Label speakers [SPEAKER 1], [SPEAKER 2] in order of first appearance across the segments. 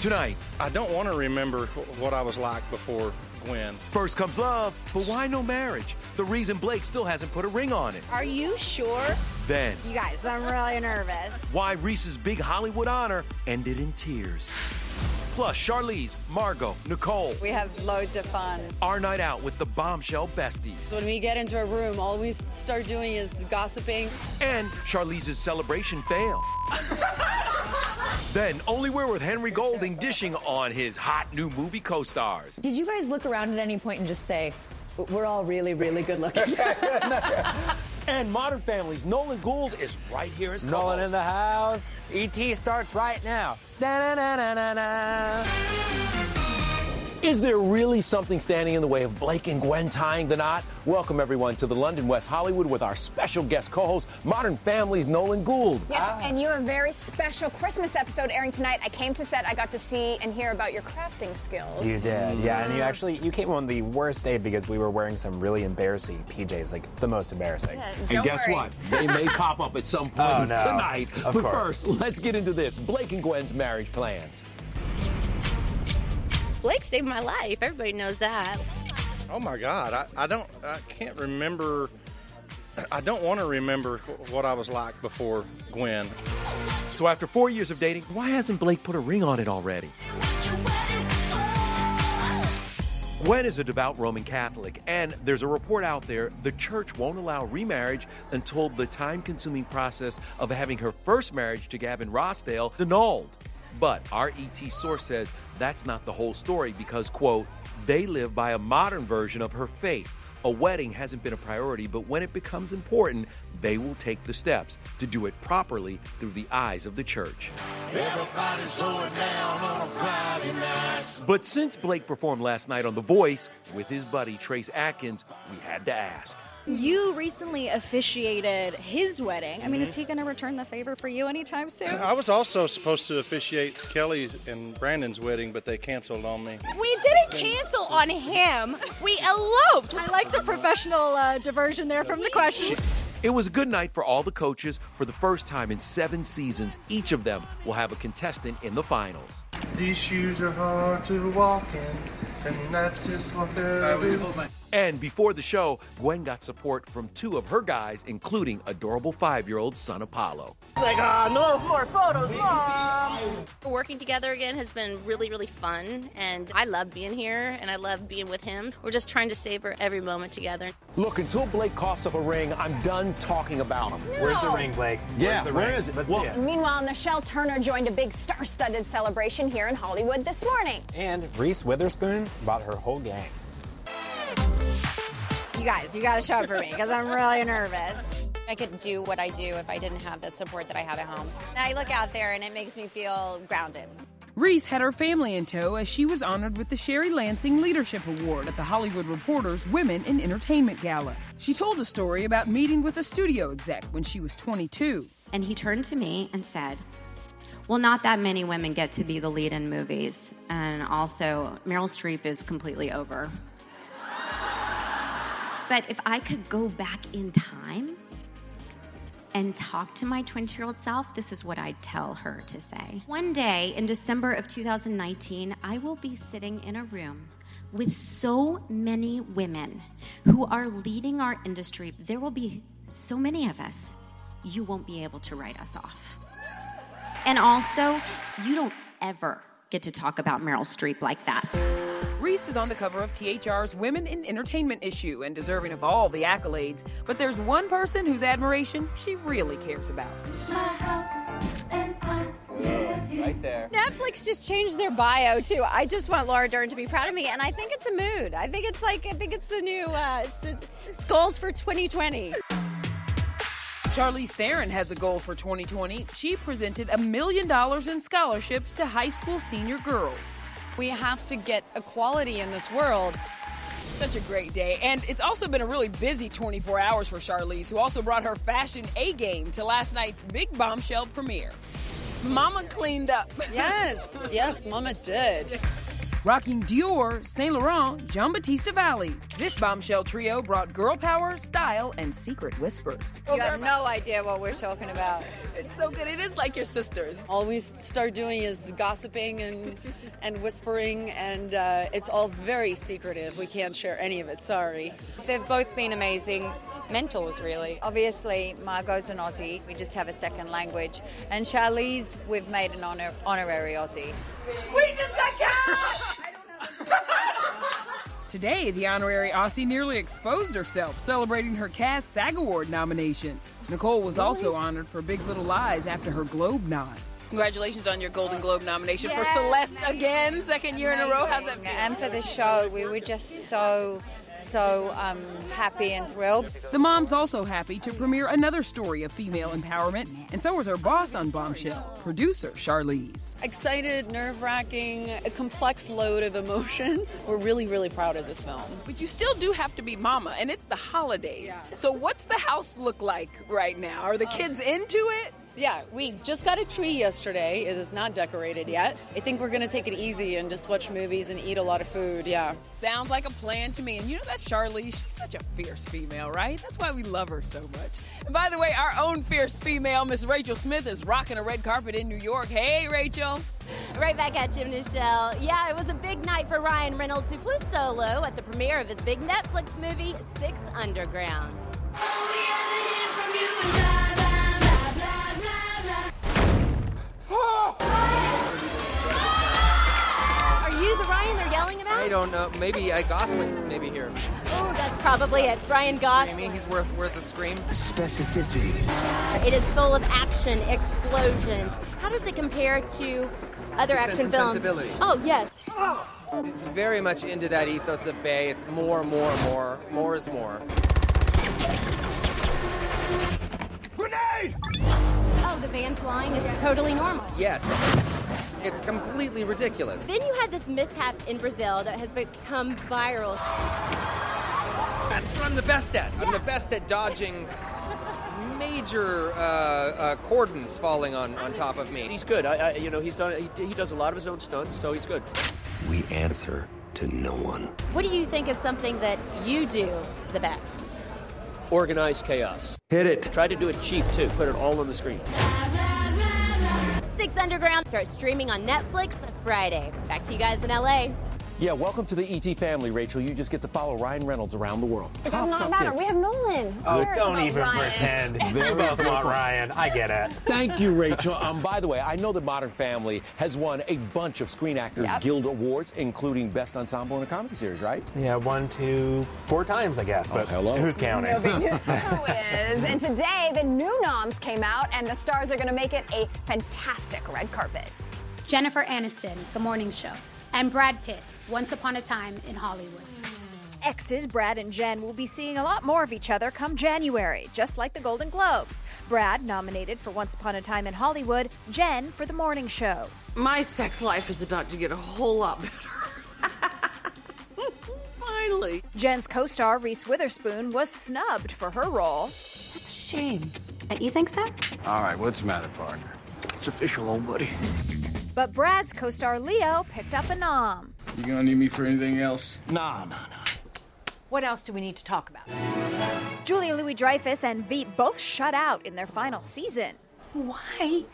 [SPEAKER 1] Tonight,
[SPEAKER 2] I don't want to remember wh- what I was like before Gwen.
[SPEAKER 1] first comes love, but why no marriage? The reason Blake still hasn't put a ring on it.
[SPEAKER 3] Are you sure?
[SPEAKER 1] Then,
[SPEAKER 3] You guys, I'm really nervous.
[SPEAKER 1] why Reese's big Hollywood honor ended in tears. Plus, Charlize, Margot, Nicole,
[SPEAKER 3] We have loads of fun.
[SPEAKER 1] our night out with the bombshell besties,
[SPEAKER 3] When we get into a room, all we start doing is gossiping.
[SPEAKER 1] and Charlize's celebration fail. then, only we're with Henry Golding dishing on his hot new movie co stars.
[SPEAKER 4] Did you guys look around at any point and just say, we're all really, really good looking?
[SPEAKER 5] And Modern Family's Nolan Gould is
[SPEAKER 1] Is right here as
[SPEAKER 5] Nolan in
[SPEAKER 1] co-host.
[SPEAKER 5] the house. ET starts right now. Da-na-na-na-na-na. Is there really something standing in the way of Blake and Gwen tying the knot? Welcome everyone to the London West Hollywood with our special guest co-host, Modern Family's Nolan Gould.
[SPEAKER 4] yes, and you're a very special Christmas episode airing tonight. I came to set, I got to see and hear about your crafting skills.
[SPEAKER 5] You did, yeah. And you actually you came on the worst day because we were wearing some really embarrassing PJs, like the most embarrassing.
[SPEAKER 1] And guess what? They may pop up at some point
[SPEAKER 5] Oh, no.
[SPEAKER 1] tonight.
[SPEAKER 5] Of
[SPEAKER 1] but
[SPEAKER 5] course.
[SPEAKER 1] first, let's get into this Blake and Gwen's marriage plans.
[SPEAKER 3] Blake saved my life. Everybody knows that.
[SPEAKER 2] Oh my God, I, I don't, I can't remember. I don't want to remember wh- what I was like before Gwen.
[SPEAKER 1] So after four years of dating, why hasn't Blake put a ring on it already? Gwen is a devout Roman Catholic, and there's a report out there the church won't allow remarriage until the time consuming process of having her first marriage to Gavin Rossdale annulled. But our ET source says that's not the whole story because, quote, they live by a modern version of her faith. A wedding hasn't been a priority, but when it becomes important, they will take the steps to do it properly through the eyes of the church. But since Blake performed last night on The Voice with his buddy Trace Atkins, we had to ask.
[SPEAKER 3] You recently officiated his wedding. I mean, is he going to return the favor for you anytime soon?
[SPEAKER 5] Uh-huh.
[SPEAKER 2] I was also supposed to officiate Kelly's and Brandon's wedding, but they canceled on me.
[SPEAKER 3] We didn't cancel on him. We eloped. I like the professional uh, diversion there from the question.
[SPEAKER 1] It was a good night for all the coaches. For the first time in seven seasons, each of them will have a contestant in the finals.
[SPEAKER 6] These shoes are hard to walk in, and that's just what they're
[SPEAKER 1] And before the show, Gwen got support from two of her guys, including adorable five year old son Apollo.
[SPEAKER 4] Like, ah, no more photos, mom.
[SPEAKER 3] Working together again has been really, really fun, and I love being here and I love being with him. We're just trying to savor every moment together.
[SPEAKER 5] Look, until Blake coughs up a ring, I'm done talking about him.
[SPEAKER 4] Where's the ring,
[SPEAKER 5] Blake?
[SPEAKER 1] Yeah,
[SPEAKER 5] Where's the
[SPEAKER 1] where
[SPEAKER 5] ring?
[SPEAKER 1] is it?
[SPEAKER 5] Let's
[SPEAKER 1] Well-
[SPEAKER 5] see it.
[SPEAKER 4] Meanwhile, Nichelle Turner joined a big star studded celebration here in Hollywood this morning.
[SPEAKER 5] And Reese Witherspoon bought her whole gang.
[SPEAKER 3] You guys, you got to show up for me because I'm really nervous.
[SPEAKER 4] I could do what I do if I didn't have the support that I have at home. And I look out there and it makes me feel grounded.
[SPEAKER 7] Reese had her family in tow as she was honored with the Sherry Lansing Leadership Award at the Hollywood Reporter's Women in Entertainment Gala. She told a story about meeting with a studio exec when she was 22.
[SPEAKER 8] And he turned to me and said, Well, not that many women get to be the lead in movies. And also, Meryl Streep is completely over. But if I could go back in time and talk to my 22 year old self, this is what I'd tell her to say. One day in December of 2019, I will be sitting in a room with so many women who are leading our industry. There will be so many of us, you won't be able to write us off. And also, you don't ever get to talk about Meryl Streep like that.
[SPEAKER 7] Reese is on the cover of THR's Women in Entertainment issue and deserving of all the accolades, but there's one person whose admiration she really cares about.
[SPEAKER 9] Right there.
[SPEAKER 10] Netflix just changed their bio too. I just want Laura Dern to be proud of me, and I think it's a mood. I think it's like I think it's the new uh, it's, it's, it's goals for 2020.
[SPEAKER 7] Charlize Theron has a goal for 2020. She presented a million dollars in scholarships to high school senior girls.
[SPEAKER 11] We have to get equality in this world.
[SPEAKER 7] Such a great day. And it's also been a really busy 24 hours for Charlize, who also brought her fashion A game to last night's big bombshell premiere. Mama cleaned up.
[SPEAKER 11] Yes, yes, Mama did.
[SPEAKER 7] Rocking Dior, Saint Laurent, Jean Batista Valley. This bombshell trio brought girl power, style, and secret whispers.
[SPEAKER 12] You have no idea what we're talking about.
[SPEAKER 7] It's so good. It is like your sisters.
[SPEAKER 11] All we start doing is gossiping and and whispering, and uh, it's all very secretive. We can't share any of it. Sorry.
[SPEAKER 12] They've both been amazing mentors, really.
[SPEAKER 13] Obviously, Margot's an Aussie. We just have a second language, and Charlize, we've made an honor, honorary Aussie.
[SPEAKER 14] We just got cash.
[SPEAKER 7] Today, the honorary Aussie nearly exposed herself, celebrating her CAS SAG Award nominations. Nicole was also honored for Big Little Lies after her Globe nod. Congratulations on your Golden Globe nomination for
[SPEAKER 12] Yes,
[SPEAKER 7] Celeste again, second year in a row. How's that feel?
[SPEAKER 13] And for the show, we were just so, so um, happy and thrilled.
[SPEAKER 7] The mom's also happy to premiere another story of female empowerment, and so was her boss on Bombshell, producer Charlize.
[SPEAKER 11] Excited, nerve wracking, a complex load of emotions. We're really, really proud of this film.
[SPEAKER 7] But you still do have to be mama, and it's the holidays. So, what's the house look like right now? Are the kids into it?
[SPEAKER 11] Yeah, we just got a tree yesterday. It is not decorated yet. I think we're gonna take it easy and just watch movies and eat a lot of food. Yeah.
[SPEAKER 7] Sounds like a plan to me. And you know that Charlize, she's such a fierce female, right? That's why we love her so much. And by the way, our own fierce female, Miss Rachel Smith, is rocking a red carpet in New York. Hey, Rachel.
[SPEAKER 15] Right back at Jim Nichelle. Yeah, it was a big night for Ryan Reynolds, who flew solo at the premiere of his big Netflix movie, Six Underground. Are you the Ryan they're yelling about?
[SPEAKER 16] I don't know. Maybe uh, Gosling's maybe here.
[SPEAKER 15] Oh, that's probably it. It's Ryan
[SPEAKER 16] I
[SPEAKER 15] Gosling.
[SPEAKER 16] mean, he's worth worth a scream.
[SPEAKER 17] Specificity.
[SPEAKER 15] It is full of action, explosions. How does it compare to other
[SPEAKER 16] Sense
[SPEAKER 15] action
[SPEAKER 16] and
[SPEAKER 15] films?
[SPEAKER 16] Sensibility.
[SPEAKER 15] Oh, yes.
[SPEAKER 16] It's very much into that ethos of Bay. It's more, more, more. More is more.
[SPEAKER 14] Grenade!
[SPEAKER 15] Oh, the van flying is totally normal.
[SPEAKER 16] Yes. It's completely ridiculous.
[SPEAKER 15] Then you had this mishap in Brazil that has become viral.
[SPEAKER 16] That's what I'm the best at. I'm the best at dodging major uh, uh, cordons falling on, on top of me.
[SPEAKER 18] He's good. I, I you know, he's done. He, he does a lot of his own stunts, so he's good.
[SPEAKER 19] We answer to no one.
[SPEAKER 15] What do you think is something that you do the best?
[SPEAKER 18] Organized chaos. Hit it. Try to do it cheap too. Put it all on the screen.
[SPEAKER 15] Six Underground starts streaming on Netflix Friday. Back to you guys in LA.
[SPEAKER 20] Yeah, welcome to the ET family, Rachel. You just get to follow Ryan Reynolds around the world.
[SPEAKER 4] It does not matter. We have Nolan. Who
[SPEAKER 20] Oh,
[SPEAKER 4] cares
[SPEAKER 20] don't
[SPEAKER 4] about
[SPEAKER 20] even
[SPEAKER 4] Ryan?
[SPEAKER 20] pretend. They
[SPEAKER 4] Very
[SPEAKER 20] both
[SPEAKER 4] good
[SPEAKER 20] want
[SPEAKER 4] point.
[SPEAKER 20] Ryan. I get it. Thank you, Rachel. Um, by the way, I know that Modern Family has won a bunch of Screen Actors
[SPEAKER 5] Yep.
[SPEAKER 20] Guild awards, including Best Ensemble in a Comedy Series, right?
[SPEAKER 5] Yeah, one, two, four times, I guess. But
[SPEAKER 20] hello.
[SPEAKER 5] who's counting?
[SPEAKER 4] No big deal. Is. And today, the new noms came out, and the stars are going to make it a fantastic red carpet.
[SPEAKER 21] Jennifer Aniston, The Morning Show, and Brad Pitt, Once Upon a Time in Hollywood.
[SPEAKER 4] exes, Brad and Jen, will be seeing a lot more of each other come January, just like the Golden Globes. Brad nominated for Once Upon a Time in Hollywood, Jen for The Morning Show.
[SPEAKER 7] My sex life is about to get a whole lot better. Finally.
[SPEAKER 4] Jen's co star Reese Witherspoon was snubbed for her role.
[SPEAKER 22] That's a shame. Uh, You think so?
[SPEAKER 19] All right, what's the matter, partner? It's official, old buddy.
[SPEAKER 4] But Brad's co star Leo picked up a nom.
[SPEAKER 19] You gonna need me for anything else?
[SPEAKER 5] Nah, nah, nah.
[SPEAKER 4] What else do we need to talk about? Julia Louis Dreyfus and Veep both shut out in their final season.
[SPEAKER 22] Why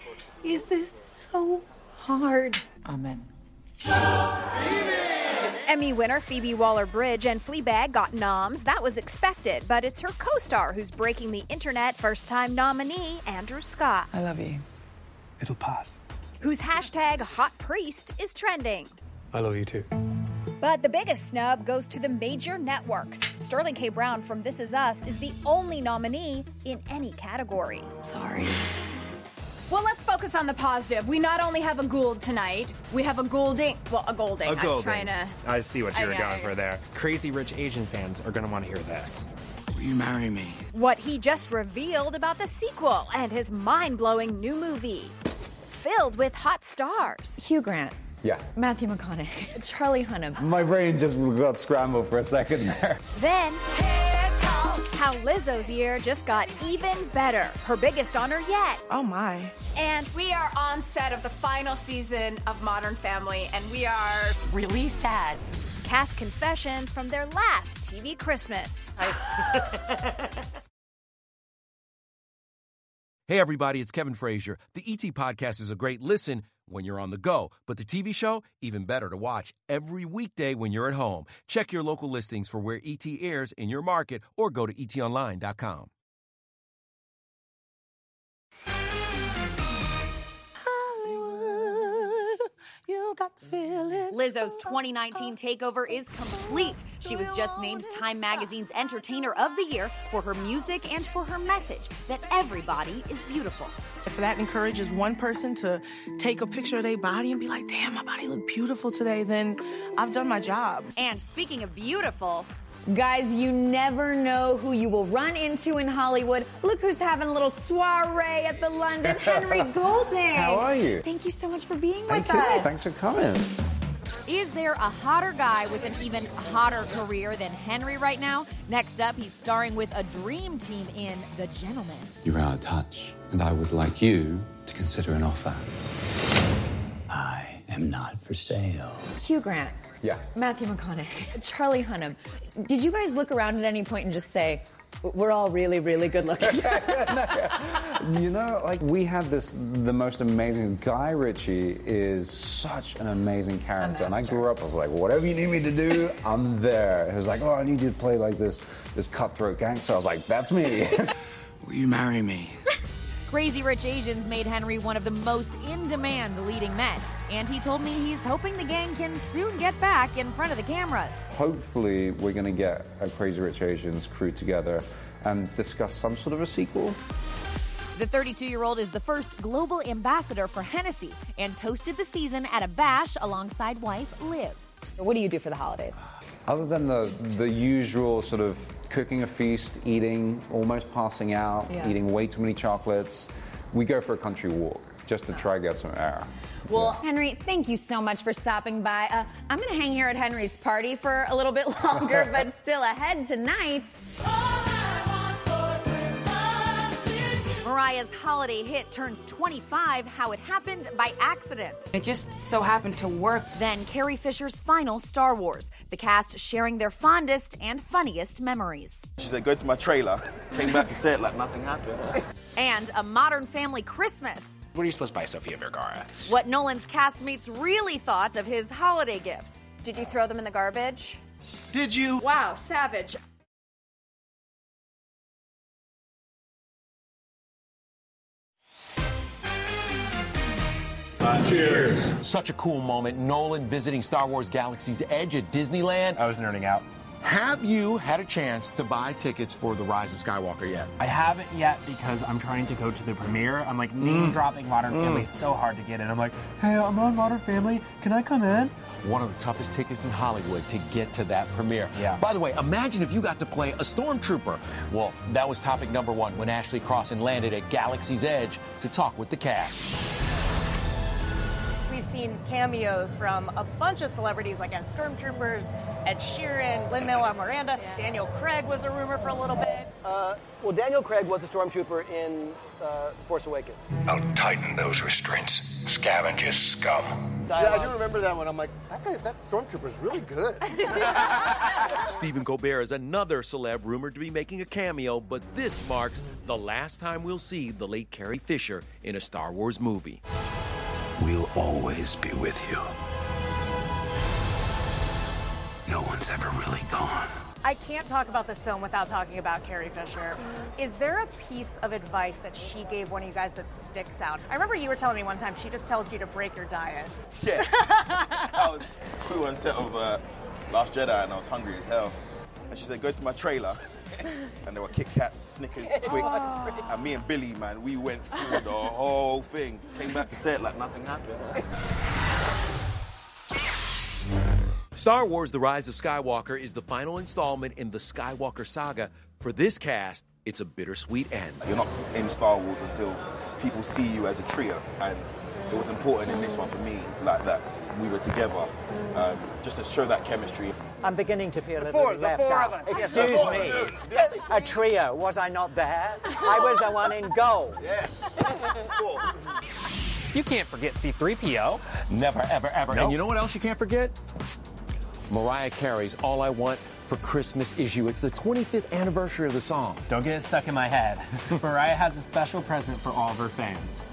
[SPEAKER 22] is this so hard?
[SPEAKER 4] Amen. Emmy winner Phoebe Waller Bridge and Fleabag got noms. That was expected, but it's her co star who's breaking the internet first time nominee, Andrew Scott,
[SPEAKER 12] I love you. It'll pass.
[SPEAKER 4] whose hashtag hot priest is trending.
[SPEAKER 12] I love you too.
[SPEAKER 4] But the biggest snub goes to the major networks. Sterling K. Brown from This Is Us is the only nominee in any category.
[SPEAKER 22] Sorry.
[SPEAKER 23] Well, let's focus on the positive. We not only have a Gould tonight, we have a Goulding. Well, a Golding. I was trying to.
[SPEAKER 5] I see what you were
[SPEAKER 23] I-
[SPEAKER 5] going
[SPEAKER 23] I-
[SPEAKER 5] for there. Crazy rich Asian fans are going to want to hear this.
[SPEAKER 19] Will you marry me?
[SPEAKER 4] What he just revealed about the sequel and his mind blowing new movie. Filled with hot stars.
[SPEAKER 24] Hugh Grant,
[SPEAKER 25] Yeah.
[SPEAKER 24] Matthew McConaughey, Charlie Hunnam.
[SPEAKER 25] My brain just got scrambled for a second there.
[SPEAKER 4] Then, how Lizzo's year just got even better. Her biggest honor yet.
[SPEAKER 24] Oh my.
[SPEAKER 23] And we are on set of the final season of Modern Family, and we are
[SPEAKER 4] Really sad. Cast confessions from their last TV Christmas.
[SPEAKER 1] Hey, everybody, it's Kevin Frazier. The ET Podcast is a great listen when you're on the go, but the TV show, even better to watch every weekday when you're at home. Check your local listings for where ET airs in your market or go to E etonline.com.
[SPEAKER 24] You got the feeling.
[SPEAKER 21] Lizzo's 2019 takeover is complete. She was just named Time Magazine's Entertainer of the Year for her music and for her message that everybody is beautiful.
[SPEAKER 24] If that encourages one person to take a picture of their body and be like, damn, my body looked beautiful today, then I've done my job.
[SPEAKER 21] And speaking of beautiful, Guys, you never know who you will run into in Hollywood. Look who's having a little soiree at the London. Henry Golding.
[SPEAKER 25] How are you?
[SPEAKER 21] Thank you so much for being
[SPEAKER 25] Thank
[SPEAKER 21] with
[SPEAKER 25] you.
[SPEAKER 21] us.
[SPEAKER 25] Thanks for coming.
[SPEAKER 21] Is there a hotter guy with an even hotter career than Henry right now? Next up, he's starring with a dream team in The Gentleman.
[SPEAKER 26] You're out of touch, and I would like you to consider an offer. I am not for sale.
[SPEAKER 24] Hugh Grant,
[SPEAKER 26] Yeah.
[SPEAKER 24] Matthew McConaughey, Charlie Hunnam. Did you guys look around at any point and just say, we're all really, really good looking?
[SPEAKER 25] You know, like we have this the most amazing Guy Ritchie is such an amazing character. And I grew up, I was like, whatever you need me to do, I'm there. He was like, oh, I need you to play like this this cutthroat gangster. I was like, that's me.
[SPEAKER 19] Will you marry me?
[SPEAKER 21] Crazy Rich Asians made Henry one of the most in demand leading men. And he told me he's hoping the gang can soon get back in front of the cameras.
[SPEAKER 25] Hopefully, we're going to get a Crazy Rich Asians crew together and discuss some sort of a sequel.
[SPEAKER 21] The 32 year old is the first global ambassador for Hennessy and toasted the season at a bash alongside wife Liv. What do you do for the holidays?
[SPEAKER 25] Other than the, the usual sort of cooking a feast, eating, almost passing out,
[SPEAKER 21] Yeah.
[SPEAKER 25] eating way too many chocolates, we go for a country walk just to try and get some air.
[SPEAKER 21] Well, Henry, thank you so much for stopping by. Uh, I'm going to hang here at Henry's party for a little bit longer, but still ahead tonight. Mariah's holiday hit turns 25 How It Happened by Accident.
[SPEAKER 24] It just so happened to work.
[SPEAKER 21] Then Carrie Fisher's final Star Wars, the cast sharing their fondest and funniest memories.
[SPEAKER 27] She said, go to my trailer. Came back to set like nothing happened.
[SPEAKER 21] And a modern family Christmas.
[SPEAKER 19] What are you supposed to buy Sofia Vergara?
[SPEAKER 21] What Nolan's castmates really thought of his holiday gifts. Did you throw them in the garbage?
[SPEAKER 27] Did you?
[SPEAKER 21] Wow, savage.
[SPEAKER 6] Cheers. Such a cool moment. Nolan visiting Star Wars Galaxy's Edge at Disneyland. I was nerding out. Have you had a chance to buy tickets for The Rise of Skywalker yet?
[SPEAKER 5] I haven't yet because I'm trying to go to the premiere. I'm like name dropping Modern
[SPEAKER 6] Mm.
[SPEAKER 5] Family is so hard to get in. I'm like, hey, I'm on Modern Family. Can I come in?
[SPEAKER 1] one of the toughest tickets in Hollywood to get to that premiere. Yeah. By the way, imagine if you got to play a stormtrooper. Well, that was topic number one when Ashley Crossan landed at Galaxy's Edge to talk with the cast.
[SPEAKER 28] We've seen cameos from a bunch of celebrities, like as stormtroopers, Ed Sheeran, Lin Manuel Miranda, Daniel Craig was a rumor for a little bit.
[SPEAKER 3] Uh, well, Daniel Craig was a stormtrooper in uh, Force Awakens.
[SPEAKER 6] I'll tighten those restraints. Scavengers scum.
[SPEAKER 27] Yeah,
[SPEAKER 3] Dialogue.
[SPEAKER 27] I do remember that one. I'm like, that guy, that stormtrooper's really good.
[SPEAKER 1] Stephen Colbert is another celeb rumored to be making a cameo, but this marks the last time we'll see the late Carrie Fisher in a Star Wars movie.
[SPEAKER 6] We'll always be with you. No one's ever really gone.
[SPEAKER 28] I can't talk about this film without talking about Carrie Fisher. Is there a piece of advice that she gave one of you guys that sticks out? I remember you were telling me one time she just tells you to break your diet.
[SPEAKER 27] yeah. I was, we were on set of uh, Last Jedi and I was hungry as hell. And she said, go to my trailer. and there were Kit Kats, Snickers,
[SPEAKER 3] Oh.
[SPEAKER 27] Twix. And me and Billy, man, we went through the whole thing. Came back to set like nothing happened.
[SPEAKER 1] Star Wars The Rise of Skywalker is the final installment in the Skywalker saga. For this cast, it's a bittersweet end.
[SPEAKER 27] You're not in Star Wars until people see you as a trio, and it was important in this one for me, like that we were together, um, just to show that chemistry.
[SPEAKER 3] I'm beginning to feel a little
[SPEAKER 27] four-
[SPEAKER 3] bit
[SPEAKER 27] the
[SPEAKER 3] left
[SPEAKER 27] four of
[SPEAKER 3] out.
[SPEAKER 27] us. Yes, the
[SPEAKER 3] Excuse
[SPEAKER 27] four,
[SPEAKER 3] me. A trio. Was I not there? I was the one in goal.
[SPEAKER 27] Yeah.
[SPEAKER 5] You can't forget C3PO.
[SPEAKER 1] Never, ever, ever.
[SPEAKER 5] Nope.
[SPEAKER 1] And you know what else you can't forget? Mariah Carey's All I Want for Christmas is You. It's the 25th anniversary of the song.
[SPEAKER 5] Don't get it stuck in my head. Mariah has a special present for all of her fans.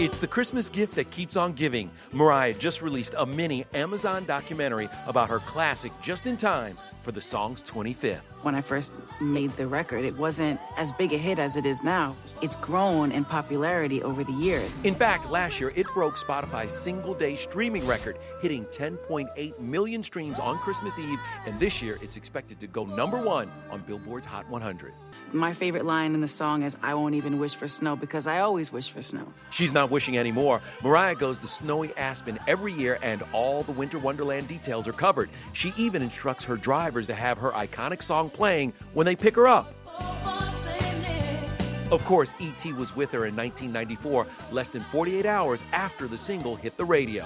[SPEAKER 1] It's the Christmas gift that keeps on giving. Mariah just released a mini Amazon documentary about her classic just in time for the song's 25th.
[SPEAKER 24] When I first made the record, it wasn't as big a hit as it is now. It's grown in popularity over the years.
[SPEAKER 1] In fact, last year it broke Spotify's single day streaming record, hitting 10.8 million streams on Christmas Eve, and this year it's expected to go number one on Billboard's Hot 100.
[SPEAKER 24] My favorite line in the song is I won't even wish for snow because I always wish for snow.
[SPEAKER 1] She's not wishing anymore. Mariah goes to snowy Aspen every year, and all the Winter Wonderland details are covered. She even instructs her drivers to have her iconic song playing when they pick her up. Of course, E.T. was with her in 1994, less than 48 hours after the single hit the radio.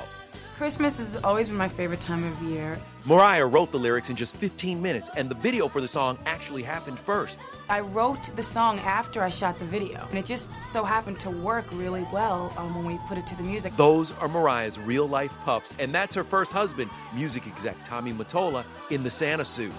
[SPEAKER 9] Christmas has always been my favorite time of year.
[SPEAKER 1] Mariah wrote the lyrics in just 15 minutes, and the video for the song actually happened first.
[SPEAKER 9] I wrote the song after I shot the video, and it just so happened to work really well um, when we put it to the music.
[SPEAKER 1] Those are Mariah's real life pups, and that's her first husband, music exec Tommy Mottola, in the Santa suit.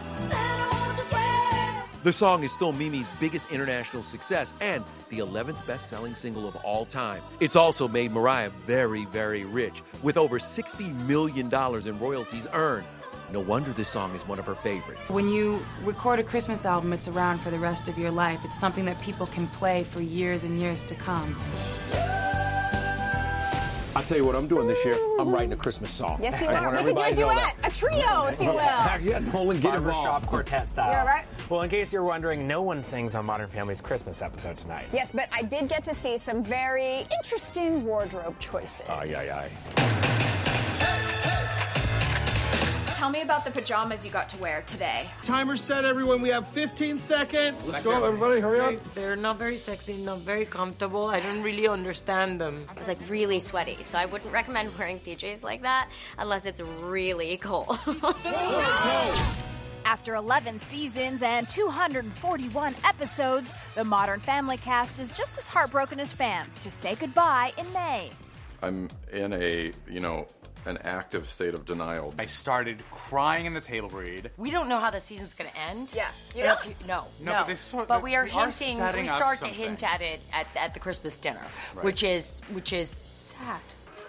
[SPEAKER 1] The song is still Mimi's biggest international success and the 11th best selling single of all time. It's also made Mariah very, very rich, with over $60 million in royalties earned. No wonder this song is one of her favorites.
[SPEAKER 9] When you record a Christmas album, it's around for the rest of your life. It's something that people can play for years and years to come.
[SPEAKER 1] I'll tell you what I'm doing this year. I'm writing a Christmas song.
[SPEAKER 4] Yes, you
[SPEAKER 1] I
[SPEAKER 4] are.
[SPEAKER 1] want
[SPEAKER 4] We could do a
[SPEAKER 1] everybody to know
[SPEAKER 4] duet, a
[SPEAKER 1] that.
[SPEAKER 4] trio, if you will.
[SPEAKER 1] Yeah, Nolan, get involved.
[SPEAKER 5] Barbershop quartet style.
[SPEAKER 4] You all right?
[SPEAKER 5] Well, in case you're wondering, no one sings on Modern Family's Christmas episode tonight.
[SPEAKER 4] Yes, but I did get to see some very interesting wardrobe choices.
[SPEAKER 5] Aye, aye,
[SPEAKER 29] Tell me about the pajamas you got to wear today.
[SPEAKER 10] Timer set, everyone. We have 15 seconds.
[SPEAKER 11] Let's go, everybody. They-
[SPEAKER 10] Hurry
[SPEAKER 11] They're not very sexy, not very comfortable. I don't really understand them.
[SPEAKER 15] It was like really sweaty, so I wouldn't recommend wearing PJs like that unless it's really cold.
[SPEAKER 29] After 11 seasons and 241 episodes, the Modern Family cast is just as heartbroken as fans to say goodbye in May.
[SPEAKER 12] I'm in a, you know, an active state of denial. I started
[SPEAKER 13] crying in the table read.
[SPEAKER 11] We don't know how the season's going to end. Yeah,
[SPEAKER 13] you
[SPEAKER 11] know,
[SPEAKER 13] don't?
[SPEAKER 11] no,
[SPEAKER 13] No,
[SPEAKER 11] no.
[SPEAKER 13] but they sort-
[SPEAKER 11] But we are
[SPEAKER 13] we are
[SPEAKER 11] hinting.
[SPEAKER 13] setting
[SPEAKER 11] we
[SPEAKER 13] up
[SPEAKER 11] start to
[SPEAKER 13] some
[SPEAKER 11] hint
[SPEAKER 13] things.
[SPEAKER 11] at it at, at the Christmas dinner,
[SPEAKER 13] Right.
[SPEAKER 11] which is which is sad.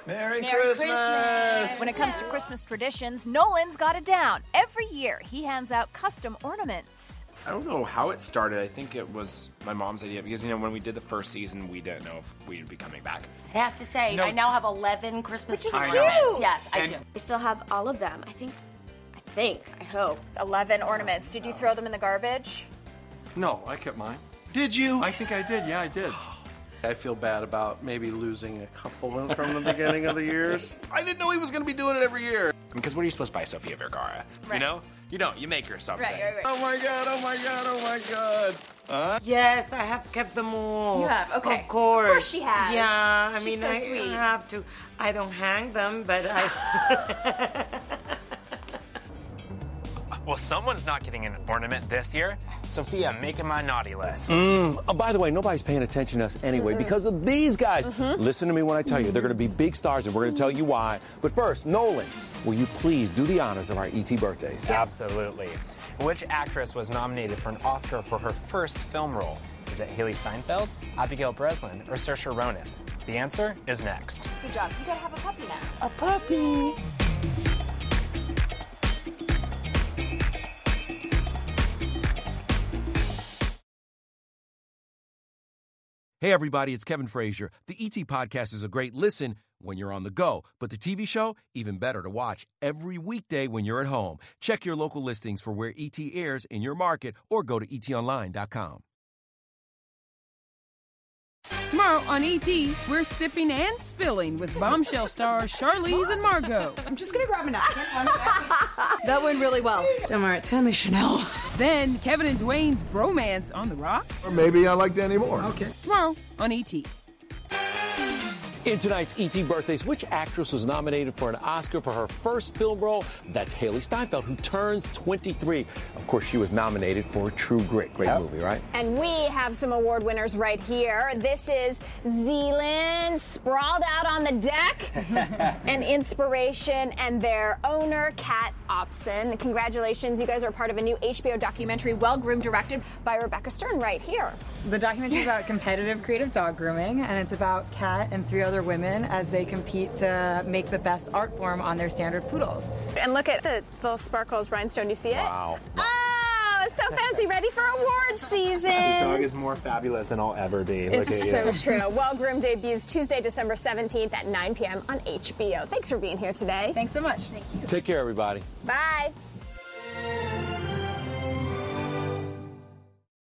[SPEAKER 13] Merry,
[SPEAKER 29] When it comes to Christmas traditions, Nolan's got it down. Every year, he hands out custom ornaments.
[SPEAKER 5] I don't know how it started. I think it was my mom's idea because, you know, when we did the first season, we didn't know if we'd be coming back.
[SPEAKER 11] I have to say,
[SPEAKER 5] No.
[SPEAKER 11] I now have eleven Christmas
[SPEAKER 12] Which is
[SPEAKER 11] tree
[SPEAKER 12] cute.
[SPEAKER 11] ornaments. Yes, I
[SPEAKER 12] And-
[SPEAKER 11] do.
[SPEAKER 4] I still have all of them. I think, I think, I hope. 11 ornaments. Did you throw them in the garbage?
[SPEAKER 12] No, I kept mine. Did you? I think I did. Yeah, I did.
[SPEAKER 2] I feel bad about maybe losing a couple in- from the beginning of the years.
[SPEAKER 27] I didn't know he was going to be doing it every year. Because what are you supposed to buy Sofia Vergara?
[SPEAKER 2] Right.
[SPEAKER 27] You know? You don't. You make her something.
[SPEAKER 2] Oh my god, oh my god, oh my god.
[SPEAKER 27] Huh?
[SPEAKER 30] Yes, I have kept them all.
[SPEAKER 27] You have, okay.
[SPEAKER 30] Of course.
[SPEAKER 27] Of course she has.
[SPEAKER 30] Yeah, I
[SPEAKER 27] She's
[SPEAKER 30] mean,
[SPEAKER 27] so
[SPEAKER 30] I,
[SPEAKER 27] sweet.
[SPEAKER 30] I have to. I don't hang them, but I.
[SPEAKER 5] Well, someone's not getting an ornament this year. Sophia, making my naughty list.
[SPEAKER 1] Mm. Oh, by the way, nobody's paying attention to us anyway
[SPEAKER 5] Mm-mm.
[SPEAKER 1] because of these guys.
[SPEAKER 5] Mhm.
[SPEAKER 1] Listen to me when I tell you, they're going to be big stars, and we're going to tell you why. But first, Nolan, will you please do the honors of our ET birthdays?
[SPEAKER 5] Absolutely. Which actress was nominated for an Oscar for her first film role? Is it Haley Steinfeld, Abigail Breslin, or Saoirse Ronan? The answer is next.
[SPEAKER 4] Good job. You gotta have a puppy now.
[SPEAKER 5] A puppy.
[SPEAKER 31] Hey, everybody, it's Kevin Frazier. The ET Podcast is a great listen when you're on the go, but the TV show, even better to watch every weekday when you're at home. Check your local listings for where ET airs in your market or go to E etonline.com.
[SPEAKER 7] Tomorrow on ET, we're sipping and spilling with bombshell stars Charlize and Margot. I'm just gonna grab a napkin. that went really well. Don't worry, it's only Chanel. Then Kevin and Dwayne's bromance on the rocks.
[SPEAKER 10] Or maybe I like Danny Moore. Okay.
[SPEAKER 7] Tomorrow on E ET.
[SPEAKER 1] In tonight's ET birthdays, which actress was nominated for an Oscar for her first film role? That's Haley Steinfeld, who turns 23. Of course, she was nominated for True Grit. Great movie, right?
[SPEAKER 4] And we have some award winners right here. This is Zealand sprawled out on the deck, an inspiration, and their owner, Kat Opson. Congratulations, you guys are part of a new HBO documentary, Well Groomed, directed by Rebecca Stern, right here.
[SPEAKER 32] The documentary is about competitive creative dog grooming, and it's about Kat and three other women as they compete to make the best art form on their standard poodles.
[SPEAKER 4] And look at the little sparkles rhinestone. You see it?
[SPEAKER 5] Wow.
[SPEAKER 4] Oh, it's so fancy. Ready for award season.
[SPEAKER 5] This dog is more fabulous than I'll ever be. Look
[SPEAKER 4] It's
[SPEAKER 5] at
[SPEAKER 4] so
[SPEAKER 5] you.
[SPEAKER 4] true. Well Groomed debuts Tuesday, December 17th at 9 p.m. on HBO. Thanks for being here today. Thanks so much. Thank you.
[SPEAKER 1] Take care, everybody.
[SPEAKER 4] Bye.